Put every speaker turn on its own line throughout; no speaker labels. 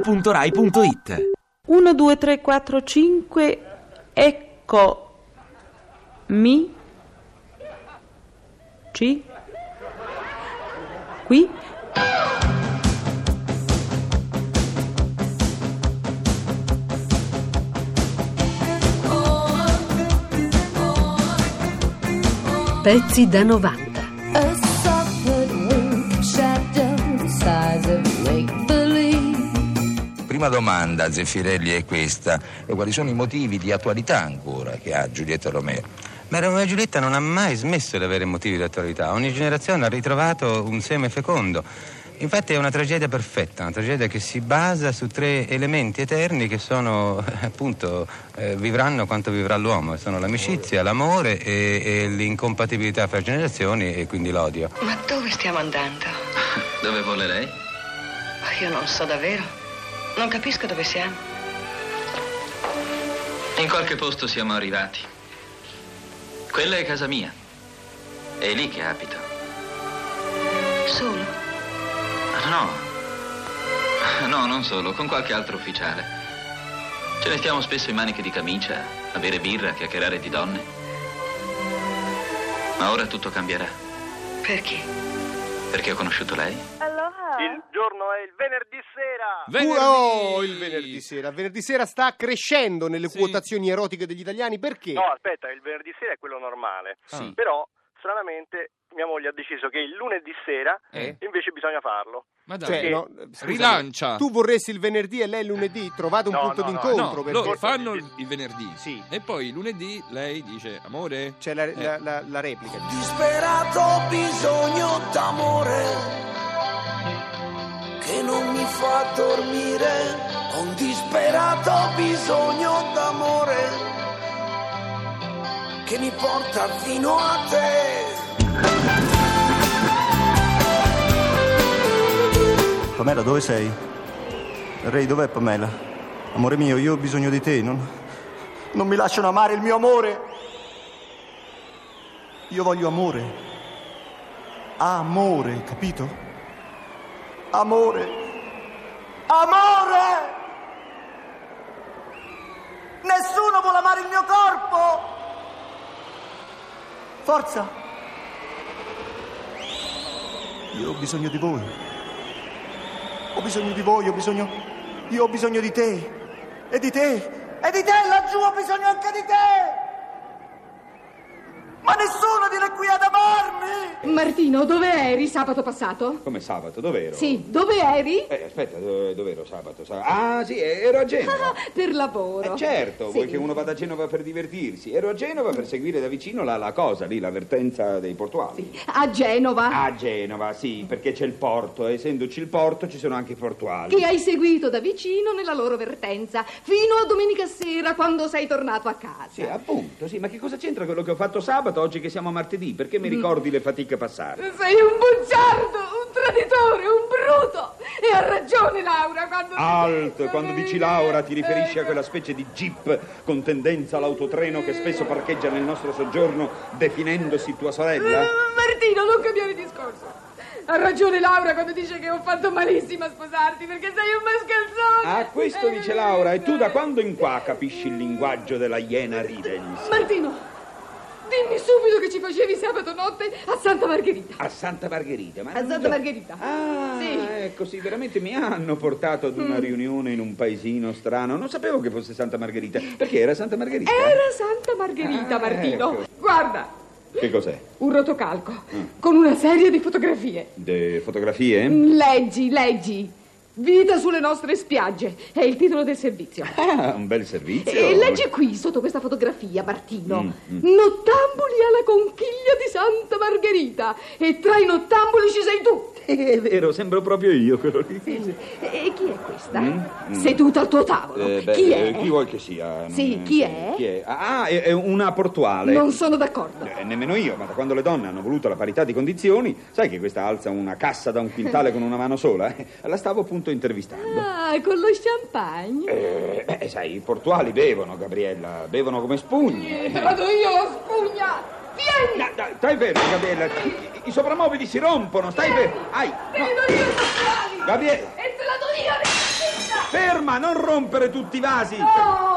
radio2pod.rai.it
1, 2, 3, 4, 5, ecco, mi, ci, qui,
Pezzi da 90.
A suffered wink shadow the size of make believe.
Prima domanda, Zeffirelli, è questa. E quali sono i motivi di attualità ancora che ha Giulietta Romero?
Ma Romeo e Giulietta non ha mai smesso di avere motivi di attualità. Ogni generazione ha ritrovato un seme fecondo. Infatti è una tragedia perfetta, una tragedia che si basa su tre elementi eterni che sono, eh, appunto, eh, vivranno quanto vivrà l'uomo. Sono l'amicizia, l'amore e, e l'incompatibilità fra generazioni e quindi l'odio.
Ma dove stiamo andando?
Dove vuole lei?
Ma Io non so davvero. Non capisco dove siamo.
In qualche posto siamo arrivati. Quella è casa mia. È lì che abito.
Solo?
Ah, No. No, non solo, con qualche altro ufficiale. Ce ne stiamo spesso in maniche di camicia, a bere birra, a chiacchierare di donne. Ma ora tutto cambierà,
Perché?
perché ho conosciuto lei.
Il giorno è il venerdì sera.
Venerdì.
Oh, il venerdì sera. Venerdì sera sta crescendo nelle
Sì.
quotazioni erotiche degli italiani perché?
No, aspetta, il venerdì sera è quello normale.
Sì.
Però, stranamente, mia moglie ha deciso che il lunedì sera
Eh.
invece bisogna farlo.
Ma dai,
Cioè,
Perché-
no, scusami,
rilancia.
Tu vorresti il venerdì e lei il lunedì? Trovate un
No,
punto
no, no,
d'incontro.
no,
perché-
loro fanno il il venerdì.
Sì.
E poi lunedì lei dice, amore...
C'è la, la-
Eh.
la- la replica.
Disperato bisogno d'amore che non mi fa dormire, ho un disperato bisogno d'amore che mi porta fino a te.
Pamela, dove sei? Ray, dov'è Pamela? Amore mio, io ho bisogno di te, non... Non mi lasciano amare il mio amore! Io voglio amore. Amore, capito? Amore. Amore! Nessuno vuole amare il mio corpo! Forza! Io ho bisogno di voi. Ho bisogno di voi, ho bisogno. Io ho bisogno di te. E di te. E di te laggiù ho bisogno anche di te. Ma nessuno viene qui ad amarmi.
Martino, dove eri sabato passato?
Come sabato, dove ero?
Sì, dove eri?
Eh, aspetta, dove, dove ero sabato? Sa- Ah, sì, eh, ero a Genova.
Per lavoro.
Eh, certo,
Sì.
vuoi che uno vada a Genova per divertirsi. Ero a Genova per seguire da vicino la, la cosa lì, l'avvertenza dei portuali.
A Genova.
A Genova, sì, perché c'è il porto, e essendoci il porto ci sono anche i portuali.
Che hai seguito da vicino nella loro vertenza, fino a domenica sera quando sei tornato a casa.
Sì, appunto, sì, ma che cosa c'entra quello che ho fatto sabato oggi che siamo a martedì? Perché mi ricordi le fatiche passate?
Mm. Sei un bugiardo, un traditore, un bruto. E ha ragione Laura quando... Eh.
Alt, quando dici Laura ti riferisci a quella specie di jeep con tendenza all'autotreno che spesso parcheggia nel nostro soggiorno definendosi tua sorella?
Eh, Martino, non cambiare discorso. Ha ragione Laura quando dice che ho fatto malissimo a sposarti perché sei un Eh, mascalzone.
Ah, questo dice Laura, e tu da quando in qua capisci il linguaggio della iena ridens?
Martino, dimmi subito che ci facevi sabato notte a Santa Margherita.
A Santa Margherita, ma
A
non
Santa
già-
Margherita.
Ah,
Sì. Mm.
ecco, sì, veramente mi hanno portato ad una riunione in un paesino strano. Non sapevo che fosse Santa Margherita. Perché era Santa Margherita?
Era Santa Margherita,
Ah,
Martino.
ecco.
Guarda,
Che cos'è?
un rotocalco con una serie di fotografie.
De fotografie?
Leggi, leggi. Vita sulle nostre spiagge è il titolo del servizio.
Ah, un bel servizio.
E leggi qui sotto questa fotografia, Martino.
Mm,
Nottambuli alla conchiglia di Santa Margherita. E tra i nottambuli ci sei tu.
Eh, È vero, sembro proprio io quello lì.
E chi è questa? Seduta al tuo tavolo.
Mm, Eh, beh,
chi
eh,
è?
Chi vuoi che sia? Non-
Sì,
eh,
chi è?
Chi è? Ah, è, è una portuale.
Non sono d'accordo.
Eh, nemmeno io, ma da quando le donne hanno voluto la parità di condizioni, sai che questa alza una cassa da un quintale con una mano sola? eh? La stavo appunto intervistando.
Ah, con lo champagne.
Eh, beh, sai, i portuali bevono, Gabriella, bevono come spugne.
Te la do io la spugna. Vieni.
Dai, dai, stai fermo, Gabriella, i, i soprammobili si rompono, stai fermo. Ai,
Te
no.
li do io i nostrali.
Gabriella.
E te la do io.
Ferma, non rompere tutti i vasi!
No,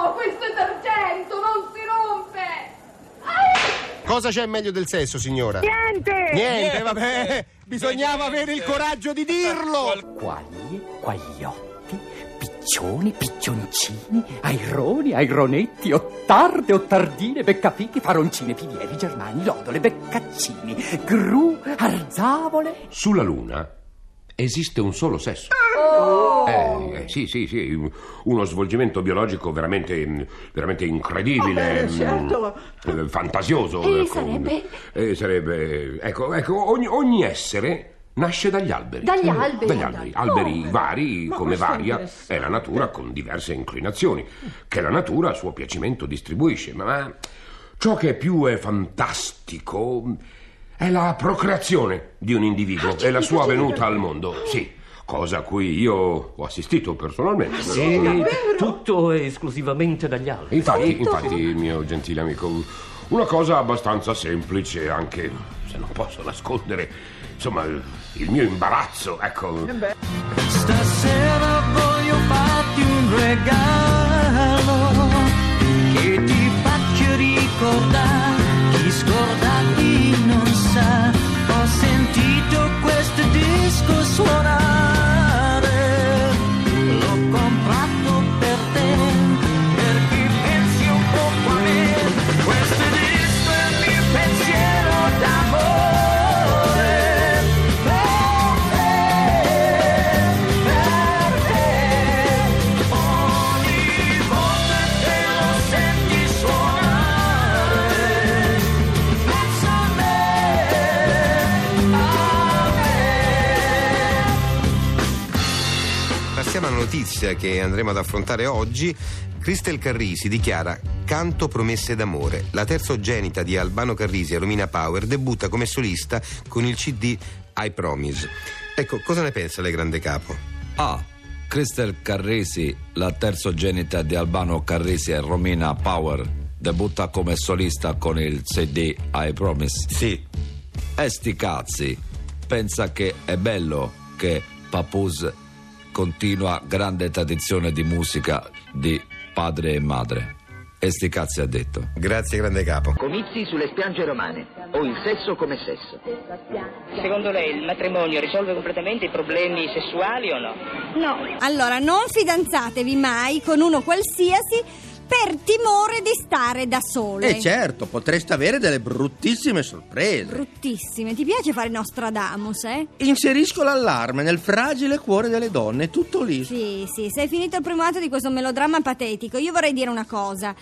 Oh, questo è d'argento, non si rompe! Ai!
Cosa c'è meglio del sesso, signora?
Niente!
Niente, vabbè, bisognava avere il coraggio di dirlo!
Quaglie, quagliotti, piccioni, piccioncini, aironi, aironetti, ottarde, ottardine, beccafichi, faroncine, pivieri, germani, lodole, beccaccini, gru, arzavole.
Sulla Luna esiste un solo sesso.
Oh!
Eh, eh, sì, sì, sì, un- uno svolgimento biologico veramente, mm, veramente incredibile,
Eh,
mm,
certo.
eh, fantasioso.
E
ecco.
sarebbe?
Eh, sarebbe- ecco, ecco, ogni, ogni essere nasce dagli alberi.
Dagli
Eh,
alberi? Oh,
Dagli alberi, alberi vari,
Ma
come
questo è
varia,
interessante.
è la natura con diverse inclinazioni, che la natura a suo piacimento distribuisce, ma- ma ciò che più è fantastico è la procreazione di un individuo e la sua venuta al mondo, sì. Cosa a cui io ho assistito personalmente.
Sì,
però.
tutto è esclusivamente dagli altri.
Infatti, infatti, mio gentile amico, una cosa abbastanza semplice, anche se non posso nascondere, insomma, il mio imbarazzo, ecco.
Stasera voglio farti un regalo che ti faccio ricordare. Chi scordati non sa, ho sentito questo disco suonare. L'ho comprato per te, perché pensi un po' a me. Questo disco è il mio pensiero d'amore.
Passiamo alla notizia che andremo ad affrontare oggi. Cristel Carrisi dichiara Canto promesse d'amore. La terzogenita di Albano Carrisi e Romina Power debutta come solista con il CD I Promise. Ecco, cosa ne pensa lei, grande capo?
A. Crystal Carresi, la terzogenita di Albano Carresi e Romina Power, debutta come solista con il CD I Promise. Sì. E sti cazzi, pensa che è bello che Papus continua grande tradizione di musica di padre e madre. E sti cazzi ha detto.
Grazie, grande capo.
Comizi sulle spiagge romane o il sesso come sesso.
Secondo lei il matrimonio risolve completamente i problemi sessuali o no?
No. Allora, non fidanzatevi mai con uno qualsiasi per timore di stare da sole.
E certo, potreste avere delle bruttissime sorprese.
Bruttissime. Ti piace fare Nostradamus, eh?
Inserisco l'allarme nel fragile cuore delle donne, tutto lì.
Sì, sì, sei finito il primo atto di questo melodramma patetico. Io vorrei dire una cosa.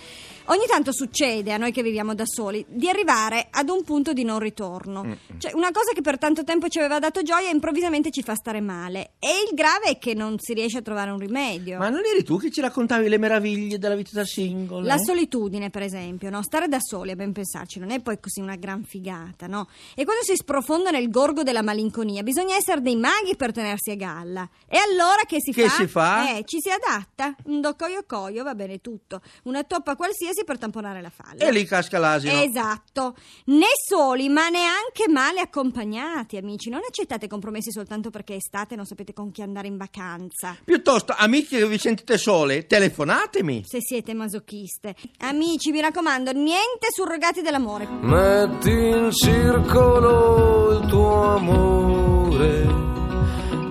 Ogni tanto succede a noi che viviamo da soli di arrivare ad un punto di non ritorno. Cioè, una cosa che per tanto tempo ci aveva dato gioia improvvisamente ci fa stare male. E il grave è che non si riesce a trovare un rimedio.
Ma non eri tu che ci raccontavi le meraviglie della vita da single?
La
eh?
solitudine, per esempio, no? stare da soli, a ben pensarci, non è poi così una gran figata, no? E quando si sprofonda nel gorgo della malinconia, bisogna essere dei maghi per tenersi a galla. E allora che si
Che
fa?
si fa?
Eh, ci si adatta. Un docoio coio va bene tutto. Una toppa qualsiasi per tamponare la falla.
E lì casca
Eh.
l'asino.
Esatto, né soli ma neanche male accompagnati amici, non accettate compromessi soltanto perché è estate e non sapete con chi andare in vacanza.
Piuttosto, amiche che vi sentite sole, telefonatemi.
se siete masochiste. Amici, mi raccomando, niente surrogati dell'amore.
Metti in circolo il tuo amore,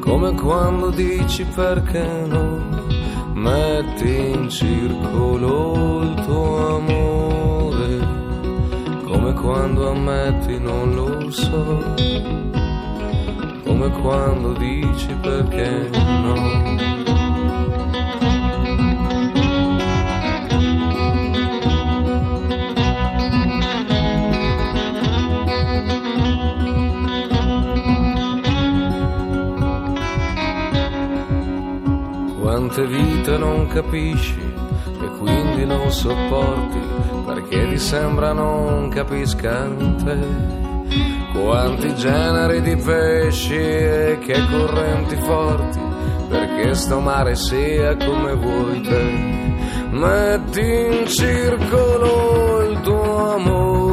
come quando dici perché no. Metti in circolo il tuo amore, come quando ammetti non lo so, come quando dici perché no. Quante vite non capisci e quindi non sopporti perché ti sembra non capiscano te. Quanti generi di pesci e che correnti forti perché sto mare sia come vuoi te. Metti in circolo il tuo amore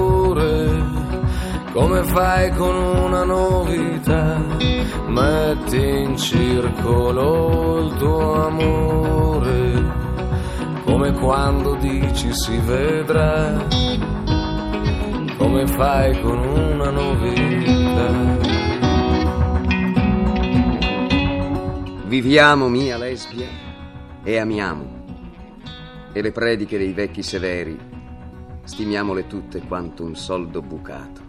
come fai con una novità, metti in circolo il tuo amore, come quando dici si vedrà, come fai con una novità.
Viviamo, mia lesbia, e amiamo. E le prediche dei vecchi severi, stimiamole tutte quanto un soldo bucato.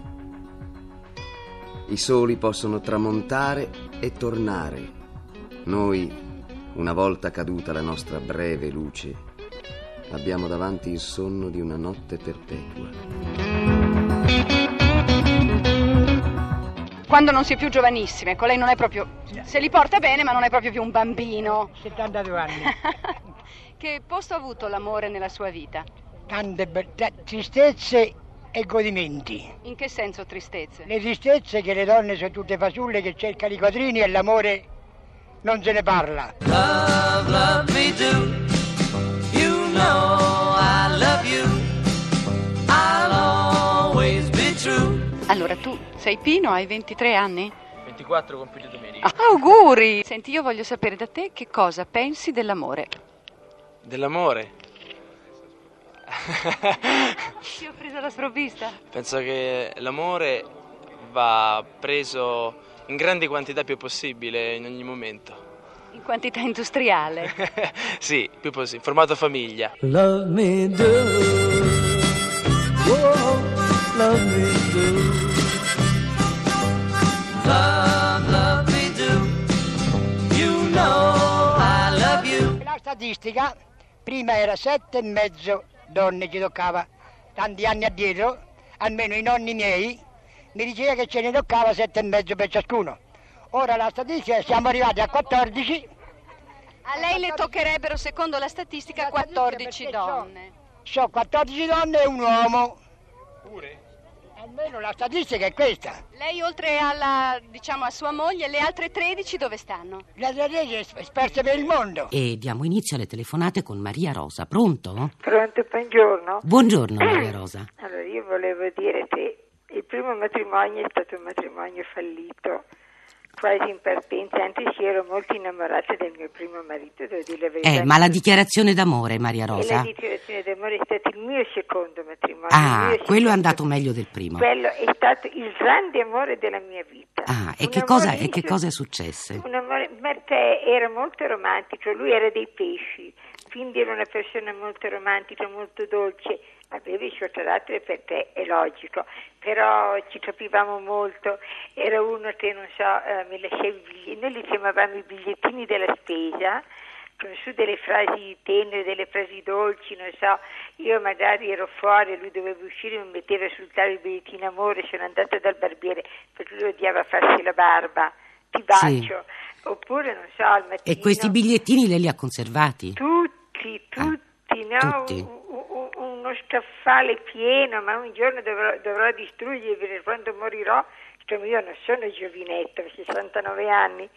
I soli possono tramontare e tornare. Noi, una volta caduta la nostra breve luce, abbiamo davanti il sonno di una notte perpetua.
Quando non si è più giovanissime, ecco, lei non è proprio. Se li porta bene, ma non è proprio più un bambino.
72 anni.
Che posto ha avuto l'amore nella sua vita?
Tante be- t- tristezze e godimenti.
In che senso tristezze?
Le tristezze che le donne sono tutte fasulle che cercano i quadrini e l'amore non se ne parla.
Love, love me do. You know I love you. I'll always be true.
Allora, tu sei Pino, hai 23 anni?
24 compiuti domenica.
Ah, auguri! Senti, io voglio sapere da te che cosa pensi dell'amore.
Dell'amore?
Ti ho preso la sprovvista.
Penso che l'amore va preso in grandi quantità più possibile in ogni momento.
In quantità industriale.
Sì, più possibile, formato famiglia.
Love me do. Whoa, love me do. Love, love me do. You know I love you.
La statistica prima era sette e mezzo donne ci toccava tanti anni addietro, almeno i nonni miei, mi diceva che ce ne toccava sette e mezzo per ciascuno. Ora la statistica è siamo arrivati a 14,
A lei le toccherebbero, secondo la statistica, 14 donne.
so 14 donne e un uomo.
Pure?
Almeno la statistica è questa.
Lei, oltre alla, diciamo, a sua moglie, le altre 13 dove stanno?
La statistica è sp- sparsa per il mondo.
E diamo inizio alle telefonate con Maria Rosa. Pronto?
Pronto, buongiorno.
Buongiorno Maria Rosa.
Allora, io volevo dire che il primo matrimonio è stato un matrimonio fallito, quasi in partenza, anche se ero molto innamorata del mio primo marito, devo dire la verità.
Eh, ma la dichiarazione d'amore, Maria
E la
Rosa?
dichiarazione d'amore è stato il mio secondo matrimonio. il
Ah,
mio
quello è
secondo-
andato meglio del primo.
Quello è stato il grande amore della mia vita.
Ah, e
Un
che cosa,
amore
e che
insu-
cosa è successo?
un amore, perché era molto romantico, lui era dei pesci, quindi era una persona molto romantica, molto dolce, aveva il suo carattere perché è logico, però ci capivamo molto, era uno che non so, eh, mi lasciava i biglietti, noi li chiamavamo i bigliettini della spesa, con su delle frasi tenere, delle frasi dolci, non so, io magari ero fuori, lui doveva uscire, mi metteva sul tavolo il bigliettino amore, sono andata dal barbiere, perché lui odiava farsi la barba, ti
Sì.
bacio, oppure non so, al mattino...
E questi bigliettini lei li ha conservati? Ah,
Tutti, tutti, no?
tutti.
Un- un- uno scaffale pieno, ma un giorno dovrò, dovrò distruggere, perché quando morirò, insomma io non sono giovinetta, ho 69 anni,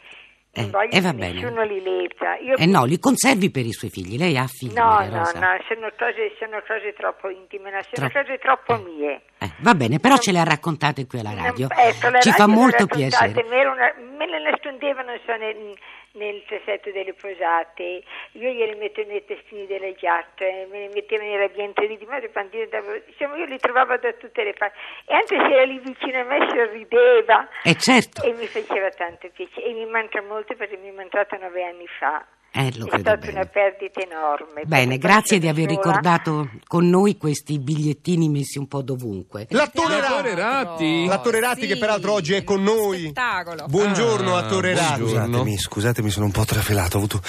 non voglio
eh, va
che
bene.
nessuno li leta. Io
E no, li conservi per i suoi figli. Lei ha figli,
No,
Maria
no,
Rosa?
no, sono cose, sono cose troppo intime, no, sono
Troppo.
cose troppo mie.
Eh, va bene, però ce le ha raccontate qui alla radio.
Ecco, la
Ci
radio
fa
me la
molto
raccontate,
piacere.
Me, era una- me le nascondevano so, nel, nel trasetto delle posate, io gliele mettevo nei testini delle giacche, me le mettevo nei rabbientini di madre, quando io andavo- insomma io li trovavo da tutte le parti. E anche se era lì vicino a me sorrideva.
Eh, certo.
E mi faceva tanto piacere. E mi manca molto perché mi è mancata nove anni fa.
Eh, lo
È
credo
stata
bene.
una perdita enorme. perché
Bene, grazie di
sono
aver
sola.
ricordato con noi questi bigliettini messi un po' dovunque.
L'attore, Ratti. L'attore Ratti che peraltro oggi è con noi. Spettacolo. Buongiorno,
Ah,
attore Ratti.
Scusatemi, scusatemi, sono un po' trafelato. Ho avuto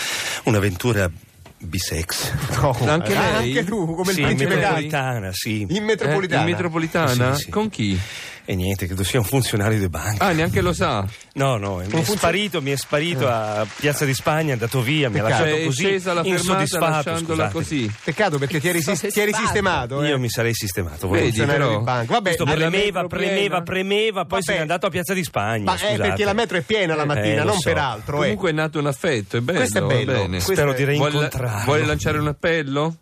un'avventura bisex.
Anche
Ah,
lei?
anche tu, come
Eh? Sì,
il principe
in
metropolitana, sì.
In metropolitana?
Eh, in metropolitana?
Sì, sì, sì.
Con chi? E niente, credo sia un funzionario di banca.
Ah, neanche lo sa.
No, no, mi è
funzio-
sparito, mi è sparito a Piazza di Spagna, è andato via, mi ha
Peccato.
lasciato
Cioè, è
così.
scesa la fermata
insoddisfatto,
lasciandola
scusate.
così. Peccato perché ti eri, sis- ti eri sistemato. eh.
Io mi sarei sistemato.
Vedi,
funzionario
però.
di banca.
Vabbè,
Questo
alla
premeva,
metro
premeva,
piena.
premeva, poi
Vabbè.
se n'è andato a Piazza di Spagna.
Ma è
scusate.
perché la metro è piena la mattina,
Eh, lo
non
so.
per altro. eh.
Comunque è nato un affetto, è bello.
Questo è
va
bello.
bene.
Questo
Spero di
Vuole-
rincontrarlo.
Vuole lanciare un appello?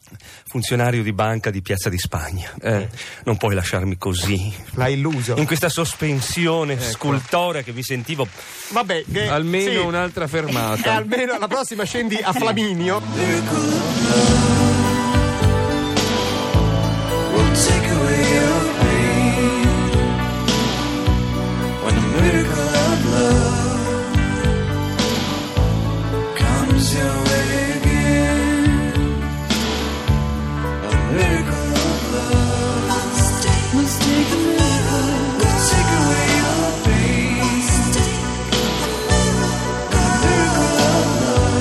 Funzionario di banca di Piazza di Spagna. Non Eh, puoi lasciarmi così.
L'ha illusa.
sospeso. In questa sospensione scultorea che vi sentivo.
Vabbè, che-
Almeno
sì.
un'altra
Eh,
fermata.
almeno alla prossima scendi a Flaminio.
will take away your pain. When the miracle of love comes your way again, a miracle of love will take a miracle, will take away your pain. A miracle of love comes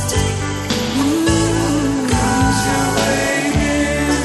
your way again.